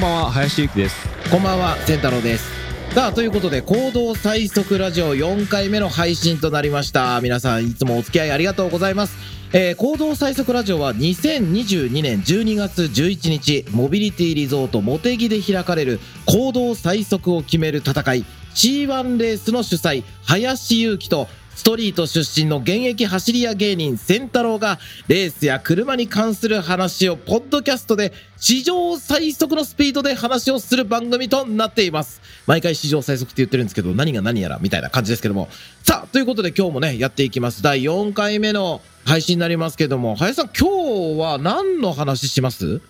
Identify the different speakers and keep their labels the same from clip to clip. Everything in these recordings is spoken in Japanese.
Speaker 1: ばんは林幸です
Speaker 2: こんばんは、仙太郎です。さあ、ということで、行動最速ラジオ4回目の配信となりました。皆さん、いつもお付き合いありがとうございます。えー行動最速ラジオは2022年12月11日、モビリティリゾートモテギで開かれる行動最速を決める戦い、C1 レースの主催、林祐樹と、ストリート出身の現役走り屋芸人、仙太郎が、レースや車に関する話を、ポッドキャストで、史上最速のスピードで話をする番組となっています。毎回史上最速って言ってるんですけど、何が何やら、みたいな感じですけども。さあ、ということで今日もね、やっていきます。第4回目の配信になりますけども、林さん、今日は何の話します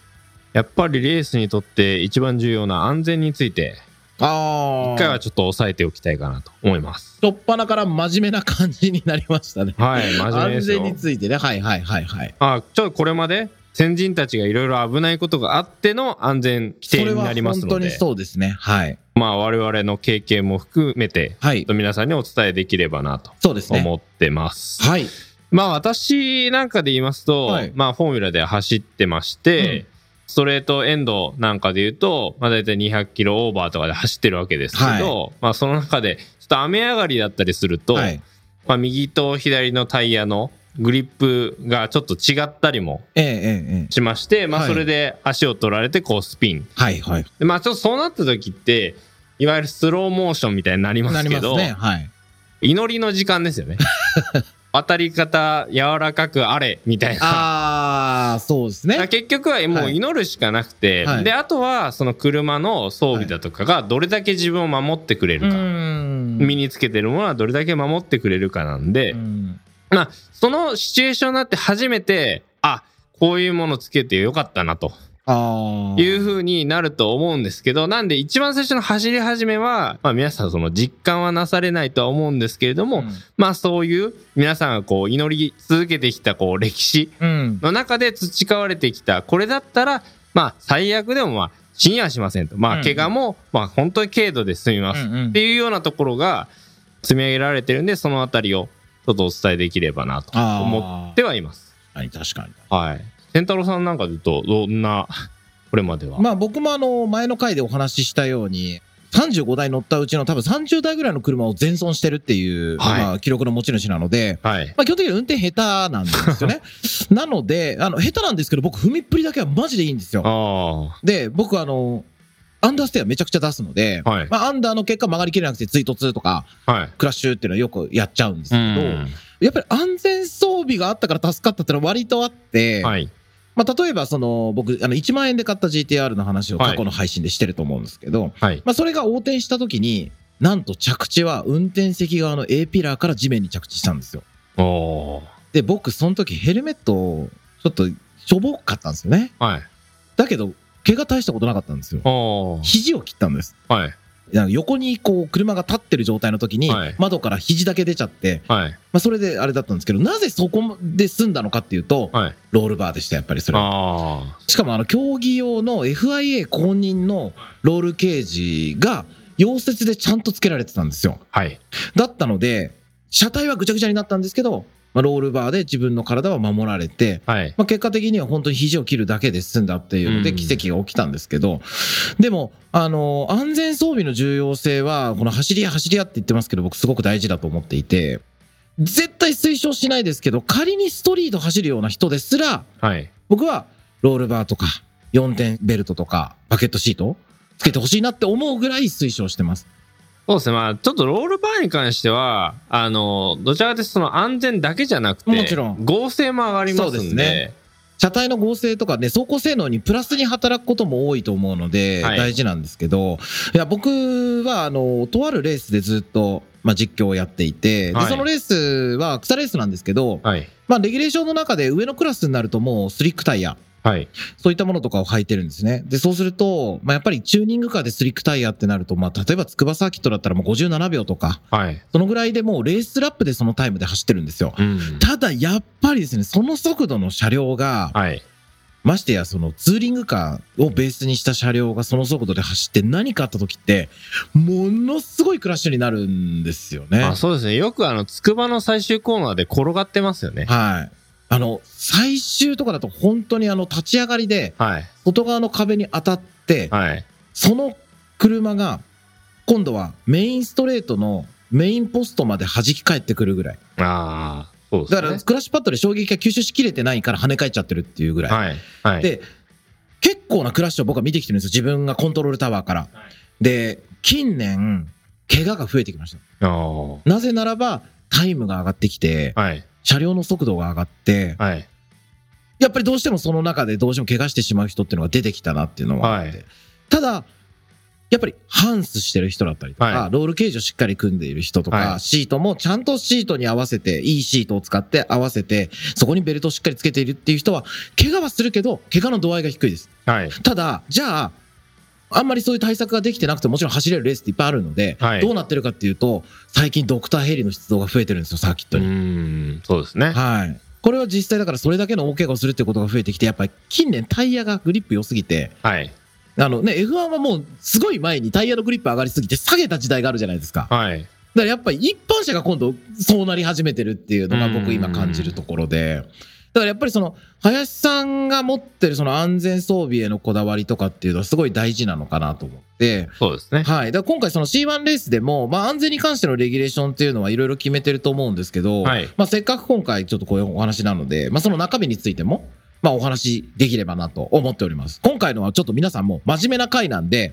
Speaker 1: やっぱりレースにとって一番重要な安全について
Speaker 2: あ
Speaker 1: 一回
Speaker 2: あ
Speaker 1: は、ちょっと抑えておきたいかなと思います
Speaker 2: しょっぱなから真面目な感じになりましたね。
Speaker 1: はい真面目で
Speaker 2: 安
Speaker 1: すよ
Speaker 2: 全についてね。はいはいはいはい。
Speaker 1: あちょっとこれまで先人たちがいろいろ危ないことがあっての安全規
Speaker 2: そ
Speaker 1: 定
Speaker 2: れ
Speaker 1: に
Speaker 2: は
Speaker 1: なります
Speaker 2: 本当
Speaker 1: の
Speaker 2: に
Speaker 1: で
Speaker 2: そうですね。はい。
Speaker 1: まあ我々の経験も含めて
Speaker 2: は
Speaker 1: ちょっ
Speaker 2: い
Speaker 1: と。皆さんにお伝えできればなと
Speaker 2: そうですね。
Speaker 1: 思ってます、
Speaker 2: はい。
Speaker 1: まあ私なんかで言いますと、
Speaker 2: はい
Speaker 1: まあフォーミュラで走ってまして、
Speaker 2: うん
Speaker 1: ストレートエンドなんかで言うと、まあ大体200キロオーバーとかで走ってるわけですけど、まあその中で、ちょっと雨上がりだったりすると、
Speaker 2: はい。
Speaker 1: まあ右と左のタイヤのグリップがちょっと違ったりも
Speaker 2: ええええええ。
Speaker 1: しまして、まあ
Speaker 2: はい
Speaker 1: それで足を取られてこうスピン。
Speaker 2: はいはい。
Speaker 1: でまあちょっとそうなった時って、いわゆるスローモーションみたいになりま
Speaker 2: な
Speaker 1: す
Speaker 2: り
Speaker 1: け
Speaker 2: ます
Speaker 1: ど、
Speaker 2: ね。はい。
Speaker 1: 祈りの時間です よね。渡り方柔らかくあれみたいな。
Speaker 2: ああ、そうです
Speaker 1: だから
Speaker 2: ね。
Speaker 1: 結局はも
Speaker 2: は
Speaker 1: う
Speaker 2: い
Speaker 1: 祈るしかなくて、
Speaker 2: はい
Speaker 1: であとはその車の装備だとかがどれだけ自分を守ってくれるか、身につけてるものはどれだけ守ってくれるかなんで、
Speaker 2: うん
Speaker 1: まあそのシチュエーションになって初めてあこういうものつけてよかったなと
Speaker 2: ああ。
Speaker 1: いうふうになると思うんですけどなんで一番最初の走り始めは、まあ、皆さんその実感はなされないとは思うんですけれども、まあそういう皆さんがこう祈り続けてきたこう歴史
Speaker 2: うん。
Speaker 1: の中で培われてきたこれだったらまあ最悪でもまあ死にはしませんとま
Speaker 2: う
Speaker 1: あ
Speaker 2: ん
Speaker 1: 怪我もまあ本当に軽度で済み
Speaker 2: う
Speaker 1: ます
Speaker 2: ん
Speaker 1: っていうようなところが積み上げられてるんでそのあたりをちょっとお伝えできればなと
Speaker 2: あー
Speaker 1: 思ってはいます
Speaker 2: はい確かに。
Speaker 1: はい仙太郎さんなんかで言うとどんなこれまでは
Speaker 2: まあ僕もあの、前の回でお話ししたように、35台乗ったうちの多分30台ぐらいの車を全損してるっていう、
Speaker 1: はい
Speaker 2: まあ記録の持ち主なので、
Speaker 1: はい
Speaker 2: まあ基本的に運転下手なんです よね。なので、あの、下手なんですけど、僕踏みっぷりだけはマジでいいんですよ。
Speaker 1: あ
Speaker 2: で、僕あの、アンダーステアめちゃくちゃ出すので、
Speaker 1: はい
Speaker 2: まあアンダーの結果曲がりきれなくて追突とか、
Speaker 1: あはい
Speaker 2: クラッシュっていうのはよくやっちゃうんです
Speaker 1: う
Speaker 2: けど、
Speaker 1: ん
Speaker 2: やっぱり安全装備があったから助かったってのは割とあって、
Speaker 1: はい
Speaker 2: まあ、例えばその僕あの1万円で買った GTR の話を
Speaker 1: はい
Speaker 2: 過去の配信でしてると思うんですけど、
Speaker 1: はい
Speaker 2: まあ、それが横転した時になんと着地は運転席側の A ピラーから地面に着地したんですよ
Speaker 1: おお
Speaker 2: で僕その時ヘルメットをちょっとしょぼかったんですよね
Speaker 1: ーはい
Speaker 2: だけど怪我大したことなかったんですよ
Speaker 1: おおー
Speaker 2: 肘を切ったんです
Speaker 1: はい
Speaker 2: なんか横にこう車が立ってる状態の時に
Speaker 1: はい
Speaker 2: 窓から肘だけ出ちゃって、
Speaker 1: はい
Speaker 2: まあ、それであれだったんですけどなぜそこで済んだのかっていうと
Speaker 1: はい
Speaker 2: ロールバーでしたやっぱりそれは
Speaker 1: あ
Speaker 2: しかもあの競技用の FIA 公認のロールケージが溶接でちゃんとつけられてたんですよ。
Speaker 1: あはい
Speaker 2: だったので、車体はぐちゃぐちゃになったんですけど、まあ、ロールバーで自分の体は守られて、
Speaker 1: はい
Speaker 2: まあ、結果的には本当に肘を切るだけで済んだっていうの
Speaker 1: う
Speaker 2: で
Speaker 1: ん
Speaker 2: 奇跡が起きたんですけど、でも、あの、安全装備の重要性は、この走り屋走り屋って言ってますけど、僕すごく大事だと思っていて、絶対推奨しないですけど、仮にストリート走るような人ですら、
Speaker 1: はい
Speaker 2: 僕はロールバーとか4点ベルトとかバケットシートつけてほしいなって思うぐらい推奨してます。
Speaker 1: そうですね、まあ、ちょっとロールバーに関しては、あの、どちらかというとその安全だけじゃなくて、
Speaker 2: もちろん
Speaker 1: 合成も上がりますんで、
Speaker 2: そうですね車体の合成とかね、走行性能にプラスに働くことも多いと思うので、
Speaker 1: はい
Speaker 2: 大事なんですけど、いや、僕は、あの、とあるレースでずっと、まあ、実況をやっていて、で
Speaker 1: はい
Speaker 2: そのレースは草レースなんですけど、
Speaker 1: はい、
Speaker 2: まあ、レギュレーションの中で上のクラスになるともうスリックタイヤ、
Speaker 1: はい、
Speaker 2: そういったものとかを履いてるんですね。で、そうすると、まあ、やっぱりチューニングカーでスリックタイヤってなると、まあ、例えば筑波サーキットだったらもう57秒とか、
Speaker 1: はい。
Speaker 2: そのぐらいでもうレースラップでそのタイムで走ってるんですよ。
Speaker 1: うん
Speaker 2: ただやっぱりですね、その速度の車両が、
Speaker 1: はい、
Speaker 2: ましてやそのツーリングカーをベースにした車両がその速度で走って何かあった時って、ものすごいクラッシュになるんですよね。
Speaker 1: あそうですね。よくあの、つくばの最終コーナーで転がってますよね。
Speaker 2: はい。あの、最終とかだと本当にあの、立ち上がりで、
Speaker 1: はい。
Speaker 2: 外側の壁に当たって、
Speaker 1: はい。
Speaker 2: その車が、今度はメインストレートのメインポストまで弾き返ってくるぐらい。
Speaker 1: ああ、そうです
Speaker 2: だ
Speaker 1: ね。
Speaker 2: から、クラッシュパッドで衝撃が吸収しきれてないから跳ね返っちゃってるっていうぐらい。
Speaker 1: はい。はい。
Speaker 2: で、結構なクラッシュを僕は見てきてるんですよ。自分がコントロールタワーから。で、近年、怪我が増えてきました。
Speaker 1: ああ。
Speaker 2: なぜならば、タイムが上がってきて、
Speaker 1: はい。
Speaker 2: 車両の速度が上がって、
Speaker 1: はい。
Speaker 2: やっぱりどうしてもその中でどうしても怪我してしまう人っていうのが出てきたなっていうのはあって、
Speaker 1: は
Speaker 2: ただ、やっぱりハンスしてる人だったりとか、
Speaker 1: は
Speaker 2: ロールケージをしっかり組んでいる人とか、
Speaker 1: はい
Speaker 2: シートもちゃんとシートに合わせて、いいシートを使って合わせて、そこにベルトをしっかりつけているっていう人は、怪我はするけど、怪我の度合いが低いです。
Speaker 1: はい。
Speaker 2: ただ、じゃあ、あんまりそういう対策ができてなくても、もちろん走れるレースっていっぱいあるので、
Speaker 1: はい
Speaker 2: どうなってるかっていうと、最近ドクターヘリの出動が増えてるんですよ、サーキッ
Speaker 1: う
Speaker 2: トに。
Speaker 1: ーん、そうですね。
Speaker 2: はい。これは実際だからそれだけの大怪我をするってことが増えてきて、やっぱり近年タイヤがグリップ良すぎて、
Speaker 1: はい。
Speaker 2: あのね、F1 はもうすごい前にタイヤのグリップ上がりすぎて下げた時代があるじゃないですか。だか
Speaker 1: はい。
Speaker 2: らやっぱり一般車が今度そうなり始めてるっていうのが僕今感じるところで。だからやっぱりその林さんが持ってるその安全装備へのこだわりとかっていうのはすごい大事なのかなと思って、
Speaker 1: そうですね。
Speaker 2: はい。だから今回その C1 レースでも、まあ安全に関してのレギュレーションっていうのはいろいろ決めてると思うんですけど、
Speaker 1: はい。
Speaker 2: まあせっかく今回ちょっとこういうお話なので、まあその中身についても、まあお話できればなと思っております。今回のはちょっと皆さんも真面目な回なんで、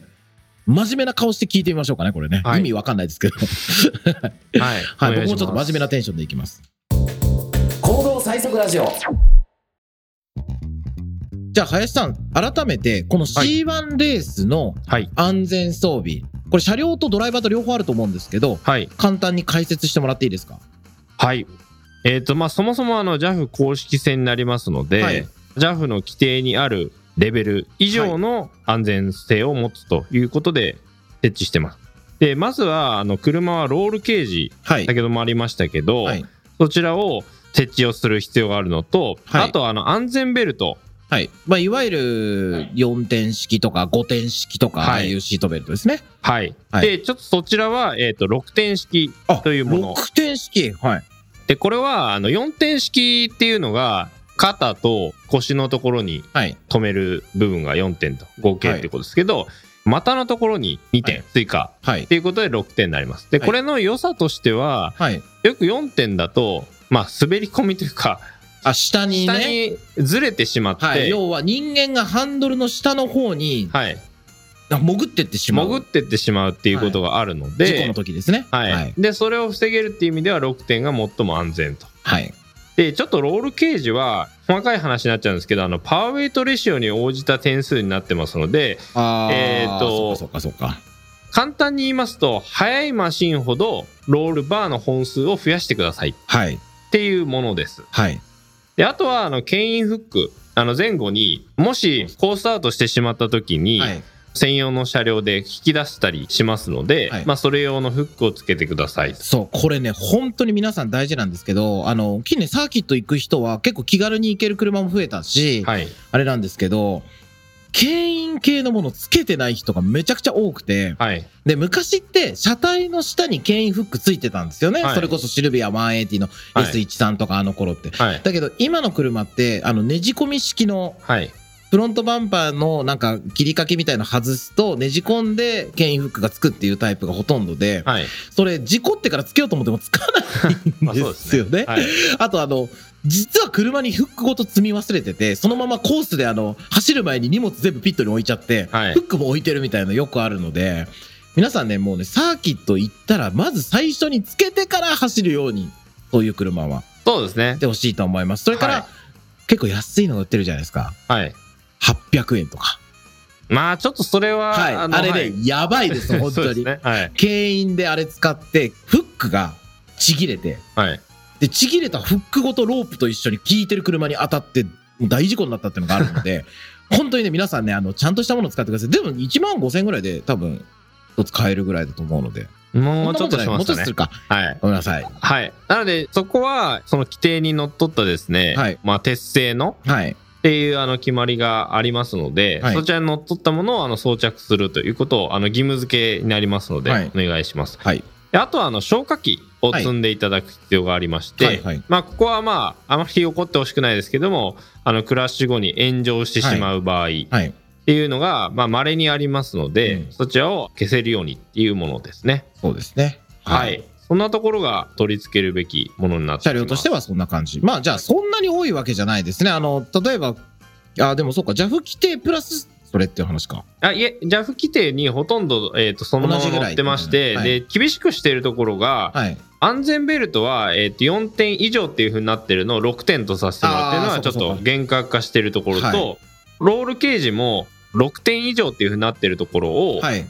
Speaker 2: 真面目な顔して聞いてみましょうかね、これね。
Speaker 1: はい
Speaker 2: 意味わかんないですけど。
Speaker 1: はい。
Speaker 2: はい、
Speaker 1: お願しま
Speaker 2: 僕も
Speaker 1: す
Speaker 2: ちょっと真面目な。テンションでいきます。行動最速ラジオ。じゃあ、林さん、改めて、この C1 レースの
Speaker 1: はい。
Speaker 2: 安全装備、これ車両とドライバーと両方あると思うんですけど、
Speaker 1: はい。
Speaker 2: 簡単に解説してもらっていいですか
Speaker 1: はい。えっ、と、まあ、そもそもあの JAF 公式戦になりますので、
Speaker 2: はい
Speaker 1: JAF の規定にあるレベル以上の安全性を持つということで設置してます。で、まずは、あの、車はロールケージ、
Speaker 2: はい。
Speaker 1: 先ほどもありましたけど、
Speaker 2: はい。
Speaker 1: そちらを設置をする必要があるのと、
Speaker 2: は
Speaker 1: あ
Speaker 2: い
Speaker 1: と、あの、安全ベルト。
Speaker 2: はい。まあ、いわゆる4点式とか5点式とか、
Speaker 1: はい
Speaker 2: ああいうシートベルトですね。
Speaker 1: はい。
Speaker 2: はい
Speaker 1: で、ちょっとそちらは、えっ、と、6点式
Speaker 2: あ
Speaker 1: というもの
Speaker 2: 6点式。はい。
Speaker 1: で、これは、あの、4点式っていうのが、肩と腰のところに
Speaker 2: はい。
Speaker 1: 止める部分が4点と合計ってことですけど、股のところに2
Speaker 2: は
Speaker 1: 点追加
Speaker 2: はい
Speaker 1: っ。ていうことで6点になります。で、
Speaker 2: はい
Speaker 1: これの良さとしては、
Speaker 2: はい。
Speaker 1: よく4点だと、まあ、滑り込みというか、
Speaker 2: あ、下に
Speaker 1: 下
Speaker 2: ね。
Speaker 1: にずれてしまって、は
Speaker 2: はい。
Speaker 1: い、
Speaker 2: 要は人間がハンドルの下の方に潜ってってしまう。
Speaker 1: 潜ってってしまうっていうことがあるので、
Speaker 2: 事故の時ですね。
Speaker 1: はい
Speaker 2: はい。
Speaker 1: で、それを防げるっていう意味では6点が最も安全と。
Speaker 2: はい。
Speaker 1: で、ちょっとロールケージは、細かい話になっちゃうんですけど、あの、パワーウェイトレシオに応じた点数になってますので、
Speaker 2: あー
Speaker 1: えーと
Speaker 2: そうかそうか
Speaker 1: 簡単に言いますと、速いマシンほどロールバーの本数を増やしてくださいっ
Speaker 2: そうか。はい。
Speaker 1: ていうものです。
Speaker 2: はい。
Speaker 1: で、あとは、あの、牽引フック。あの、前後に、もし、コースアウトしてしまった時に、
Speaker 2: はい。
Speaker 1: 専用の車両で引き出したりしますので、
Speaker 2: はい
Speaker 1: まあ、それ用のフックをつけてください。
Speaker 2: そう、これね、本当に皆さん大事なんですけど、あの、近年サーキット行く人は結構気軽に行ける車も増えたし、
Speaker 1: はい。
Speaker 2: あれなんですけど、牽引系のものつけてない人がめちゃくちゃ多くて、
Speaker 1: はい。
Speaker 2: で、昔って車体の下に牽引フックついてたんですよね。
Speaker 1: はい
Speaker 2: それこそシルビア180の
Speaker 1: はい
Speaker 2: S13 とかあの頃って。
Speaker 1: はい。
Speaker 2: だけど今の車って、あの、ねじ込み式の
Speaker 1: はい。
Speaker 2: フロントバンパーのなんか切り欠きみたいの外すとねじ込んで牽引フックがつくっていうタイプがほとんどで、
Speaker 1: はい。
Speaker 2: それ事故ってからつけようと思ってもつかないん ですよね。
Speaker 1: はい。
Speaker 2: あとあの、実は車にフックごと積み忘れてて、そのままコースであの、走る前に荷物全部ピットに置いちゃって、
Speaker 1: はい
Speaker 2: フックも置いてるみたいなのよくあるので、皆さんね、もうね、サーキット行ったら、まず最初につけてから走るように、そういう車は、
Speaker 1: そうですね
Speaker 2: し。てほしいと思います。それから、
Speaker 1: はい
Speaker 2: 結構安いのが売ってるじゃないですか。
Speaker 1: はい。
Speaker 2: 800円とか。
Speaker 1: まあ、ちょっとそれは、
Speaker 2: はい。
Speaker 1: の
Speaker 2: あれね、
Speaker 1: はい
Speaker 2: やばいです、本
Speaker 1: そう
Speaker 2: 当
Speaker 1: です
Speaker 2: に。
Speaker 1: ね。はい。
Speaker 2: 牽引であれ使って、フックがちぎれて、
Speaker 1: はい。
Speaker 2: でちぎれたフックごとロープと一緒に効いてる車に当たって大事故になったっていうのがあるので 本当にね皆さんねあのちゃんとしたものを使ってくださいでも1万5000円ぐらいで多分一つ買えるぐらいだと思うので
Speaker 1: もうち
Speaker 2: そ
Speaker 1: ょ
Speaker 2: ん
Speaker 1: っと
Speaker 2: なもんじゃない
Speaker 1: しま
Speaker 2: もう
Speaker 1: し
Speaker 2: ちょ
Speaker 1: たね
Speaker 2: っとする。か
Speaker 1: はい。
Speaker 2: ごめんなさい
Speaker 1: はい。なので、そこは、その規定にのっとったですね、
Speaker 2: はい
Speaker 1: まあ、鉄製の
Speaker 2: はい
Speaker 1: っていうあの決まりがありますので、
Speaker 2: はい
Speaker 1: そちらにのっとったものをあの装着するということをあの義務付けになりますので、
Speaker 2: はい
Speaker 1: お願いします。
Speaker 2: はい
Speaker 1: であとはあの消火器を積んでいただく必要がありまして、
Speaker 2: はいはい
Speaker 1: まあ、ここはまああまり起こってほしくないですけどもあのクラッシュ後に炎上してしまう場合っ
Speaker 2: はい。
Speaker 1: ていうのがまあ稀にありますので、
Speaker 2: うん
Speaker 1: そちらを消せるようにっていうものですね。
Speaker 2: そうですね。
Speaker 1: はい、。そんなところが取り付けるべきものになってき
Speaker 2: 車
Speaker 1: ます
Speaker 2: 両としてはそんな感じ。まあ、じゃあ、そんなに多いわけじゃないですね。あの、例えば、あ、でもそうか、JAF 規定プラス、それっていう話か。
Speaker 1: あいえ JAF 規定にほとんど、えー、とそのまま
Speaker 2: 同じぐらい
Speaker 1: 載ってまして、
Speaker 2: うんはい
Speaker 1: で厳しくしているところが、
Speaker 2: はい。
Speaker 1: 安全ベルトは、えー、と4点以上っていうふうになってるのを6点とさせてもらってるの
Speaker 2: あ
Speaker 1: は
Speaker 2: ー
Speaker 1: ちょっ
Speaker 2: そうか
Speaker 1: と
Speaker 2: そう
Speaker 1: 厳格化してるところと、
Speaker 2: はい
Speaker 1: ロールケージも6点以上っていうふうになってるところを、
Speaker 2: はい。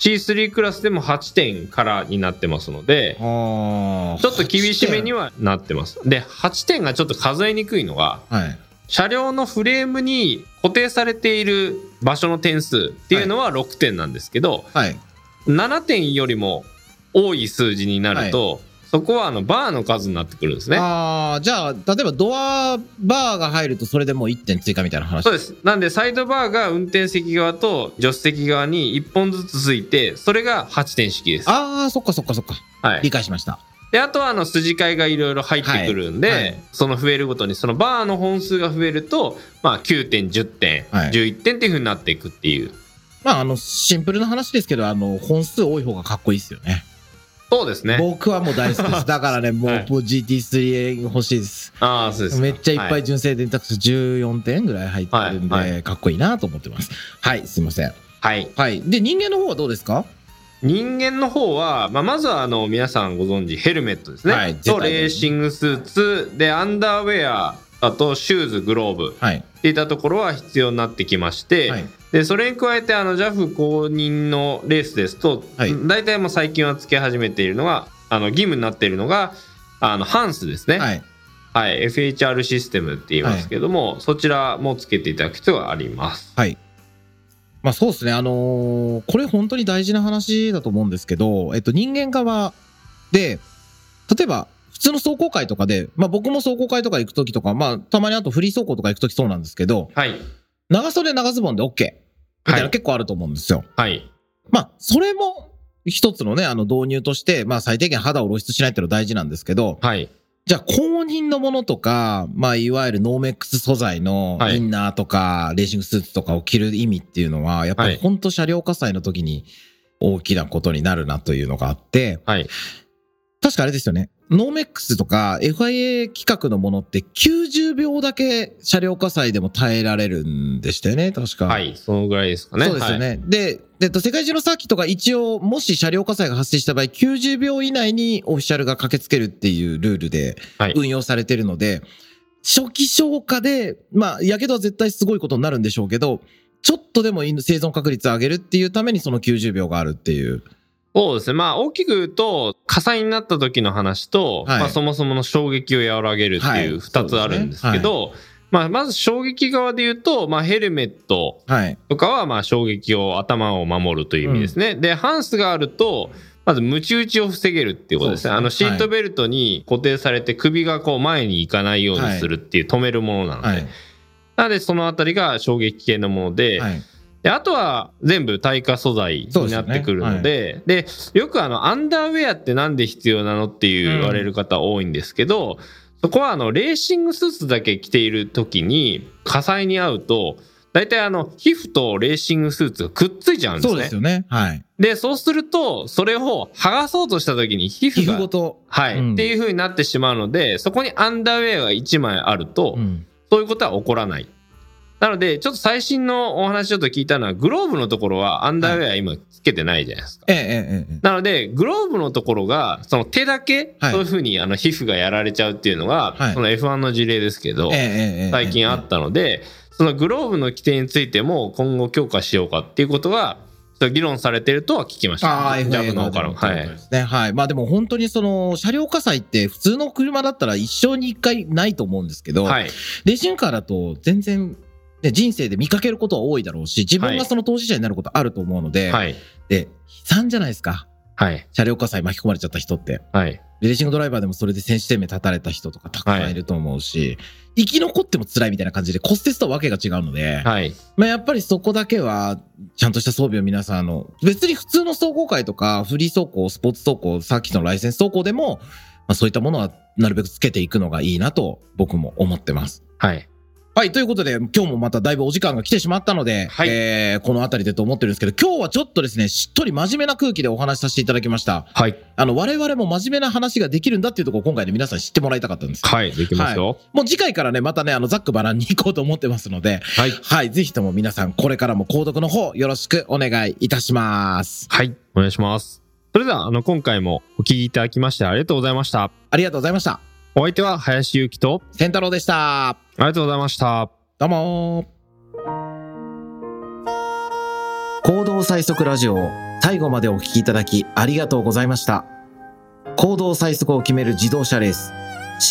Speaker 1: C3 クラスでも8点からになってますので、
Speaker 2: あ
Speaker 1: ちょっと厳しめに
Speaker 2: は。
Speaker 1: はなってます。で8点がちょっと数えにくいのが
Speaker 2: はい。
Speaker 1: 車両のフレームに固定されている場所の点数っていうのは6点なんですけど、
Speaker 2: はい。
Speaker 1: 7点よりも多い数字になると、そこはあのバーの数になってくるんですね。
Speaker 2: ああ、じゃあ、例えばドアバーが入ると、それでもう1点追加みたいな話。
Speaker 1: そうですなんでサイドバーが運転席側と助手席側に1本ずつついてそれが8点式です。
Speaker 2: ああ、そっかそっかそっか。
Speaker 1: は
Speaker 2: 理
Speaker 1: い、
Speaker 2: 解しました。
Speaker 1: であとはあの筋交いがいろいろ入ってくるんで、
Speaker 2: はいはい
Speaker 1: その増えるごとにそのバーの本数が増えると、まあ、9点10点、
Speaker 2: はい
Speaker 1: 11点っていうふうになっていくっていう
Speaker 2: まあ、あの、シンプルな話ですけど、あの、本数多い方がかっこいいですよね。
Speaker 1: そうですね。
Speaker 2: 僕はもう大好き です。だからね、もう、
Speaker 1: はい
Speaker 2: もう GT3 欲しいです。
Speaker 1: ああそうですか
Speaker 2: めっちゃいっぱ
Speaker 1: はい
Speaker 2: 純正電卓数14点ぐらい入ってるんで、
Speaker 1: はい
Speaker 2: かっこいいなと思ってます。はい、すいません。
Speaker 1: はい
Speaker 2: はい。で、人間の方はどうですか
Speaker 1: 人間の方は、まあ、まずはあの皆さんご存知ヘルメットですね、
Speaker 2: はい
Speaker 1: と
Speaker 2: 絶対
Speaker 1: レーシングスーツでアンダーウェアあとシューズグローブ
Speaker 2: はい。
Speaker 1: っていったところは必要になってきまして、
Speaker 2: はい。
Speaker 1: でそれに加えてあの JAF 公認のレースですと、
Speaker 2: はい
Speaker 1: 大体もう最近はつけ始めているのがあの義務になっているのがあのハンスですね、はい
Speaker 2: はい。
Speaker 1: FHR システムって言いますけども、そちらもつけていただく必要があります。
Speaker 2: まあそうですね。あのーこれ本当に大事な話だと思うんですけど、えっと、人間側で、例えば、普通の走行会とかで、まあ僕も走行会とか行くときとか、まあたまにあとフリー走行とか行くときそうなんですけど、
Speaker 1: はい、
Speaker 2: 長袖長ズボンで OK みたい
Speaker 1: は
Speaker 2: ない結構あると思うんですよ。
Speaker 1: はい
Speaker 2: まあ、それも一つのね、あの導入として、まあ最低限肌を露出しないっていうのは大事なんですけど、
Speaker 1: はい
Speaker 2: じゃあ公認のものとか、まあいわゆるノーメックス素材の
Speaker 1: はい
Speaker 2: インナーとか、レーシングスーツとかを着る意味っていうのは、やっぱ
Speaker 1: は
Speaker 2: り
Speaker 1: い
Speaker 2: 本当車両火災の時に大きなことになるなというのがあって、
Speaker 1: はい
Speaker 2: 確かあれですよね。ノーメックスとか FIA 規格のものって90秒だけ車両火災でも耐えられるんでしたよね、確か。
Speaker 1: はいそのぐらいですかね。
Speaker 2: そうですよね。で、えっと、世界中のサーキットが一応、もし車両火災が発生した場合、90秒以内にオフィシャルが駆けつけるっていうルールで
Speaker 1: はい
Speaker 2: 運用されてるので、初期消火で、まあ、やけどは絶対すごいことになるんでしょうけど、ちょっとでも生存確率を上げるっていうためにその90秒があるっていう。
Speaker 1: そうですね。まあ、大きく言うと、火災になった時の話と、
Speaker 2: はい
Speaker 1: まあ、そもそもの衝撃を和らげるって
Speaker 2: はいいう
Speaker 1: 2つあるんですけど、まあ、まず衝撃側で言うと、まあ、ヘルメット
Speaker 2: はい。
Speaker 1: とかは、まあ、衝撃を、頭を守るという意味ですね。で、ハンスがあると、まず、ムチ打ちを防げるっていうことですね。
Speaker 2: そうですね
Speaker 1: あの、シートベルトに固定されて、首がこう、前に行かないようにするっていう、止めるものなので。
Speaker 2: はい。
Speaker 1: なので、そのあたりが衝撃系のもので、
Speaker 2: はい。
Speaker 1: であとは全部耐火素材になってくるのでで,、よくあのアンダーウェアってなんで必要なのっていう
Speaker 2: うん
Speaker 1: 言われる方多いんですけど、そこはあのレーシングスーツだけ着ている時に火災に遭うと大体あの皮膚とレーシングスーツがくっついちゃうんです
Speaker 2: そう
Speaker 1: ね。
Speaker 2: ですよね。はい。
Speaker 1: でそうするとそれを剥がそうとした時に皮
Speaker 2: 皮
Speaker 1: 膚
Speaker 2: 膚
Speaker 1: が
Speaker 2: ごと。
Speaker 1: はい
Speaker 2: うん
Speaker 1: っていう風になってしまうのでそこにアンダーウェアが1枚あると、
Speaker 2: うん
Speaker 1: そういうことは起こらない。なので、ちょっと最新のお話ちょっと聞いたのは、グローブのところはアンダーウェア今つけてないじゃないですか。
Speaker 2: ええええええ。
Speaker 1: なので、グローブのところが、その手だけ、
Speaker 2: はい
Speaker 1: そういうふうにあの皮膚がやられちゃうっていうのが、
Speaker 2: はい
Speaker 1: その F1 の事例ですけど、
Speaker 2: ええええええ
Speaker 1: 最近あったので、そのグローブの規定についても今後強化しようかっていうことが、ちょっと議論されてるとは聞きました。
Speaker 2: ああ、
Speaker 1: ジャブの方からも。
Speaker 2: FA
Speaker 1: はい
Speaker 2: とうこと。ですね。はい。まあでも本当にその、車両火災って普通の車だったら一生に一回ないと思うんですけど、
Speaker 1: はい。
Speaker 2: レーシングカーだと全然、ね、人生で見かけることは多いだろうし、自分がその当事者になることあると思うので、
Speaker 1: はい。
Speaker 2: で、悲惨じゃないですか。
Speaker 1: はい。
Speaker 2: 車両火災巻き込まれちゃった人って。
Speaker 1: はい。
Speaker 2: レーシングドライバーでもそれで選手生命絶たれた人とかたくさんいると思うし、生き残っても辛いみたいな感じで骨折とはわけが違うので、
Speaker 1: はい。
Speaker 2: まあ、やっぱりそこだけは、ちゃんとした装備を皆さん、あの、別に普通の走行会とか、フリー走行、スポーツ走行、さっきのライセンス走行でも、まあ、そういったものはなるべくつけていくのがいいなと僕も思ってます。
Speaker 1: はい。
Speaker 2: はい。ということで、今日もまただいぶお時間が来てしまったので、
Speaker 1: はい
Speaker 2: えーこの辺りでと思ってるんですけど、今日はちょっとですね、しっとり真面目な空気でお話しさせていただきました。
Speaker 1: はい。
Speaker 2: あの、我々も真面目な話ができるんだっていうところを今回で皆さん知ってもらいたかったんです。
Speaker 1: はい。できますよ。
Speaker 2: もう次回からね、またね、あの、ざっくばらんに行こうと思ってますので、
Speaker 1: はい。
Speaker 2: はい、ぜひとも皆さん、これからも購読の方、よろしくお願いいたします。
Speaker 1: はい。お願いします。それでは、あの、今回もお聞きいただきましてありがとうございました。
Speaker 2: ありがとうございました。
Speaker 1: お相手は林ゆきと、
Speaker 2: 千太郎でした。
Speaker 1: ありがとうございました。
Speaker 2: どうも行動最速ラジオを最後までお聞きいただきありがとうございました。行動最速を決める自動車レース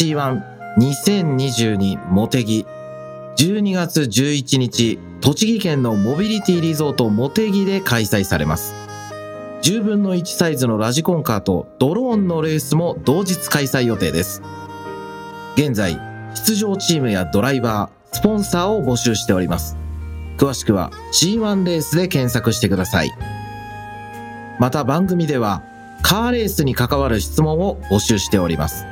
Speaker 2: C12022 モテギ12月11日栃木県のモビリティリゾートモテギで開催されます。10分の1サイズのラジコンカーとドローンのレースも同日開催予定です。現在、出場チームやドライバー、スポンサーを募集しております。詳しくは C1 レースで検索してください。また番組ではカーレースに関わる質問を募集しております。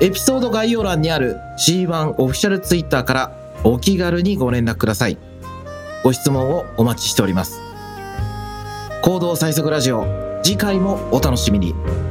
Speaker 2: エピソード概要欄にある C1 オフィシャルツイッターからお気軽にご連絡ください。ご質問をお待ちしております。行動最速ラジオ、次回もお楽しみに。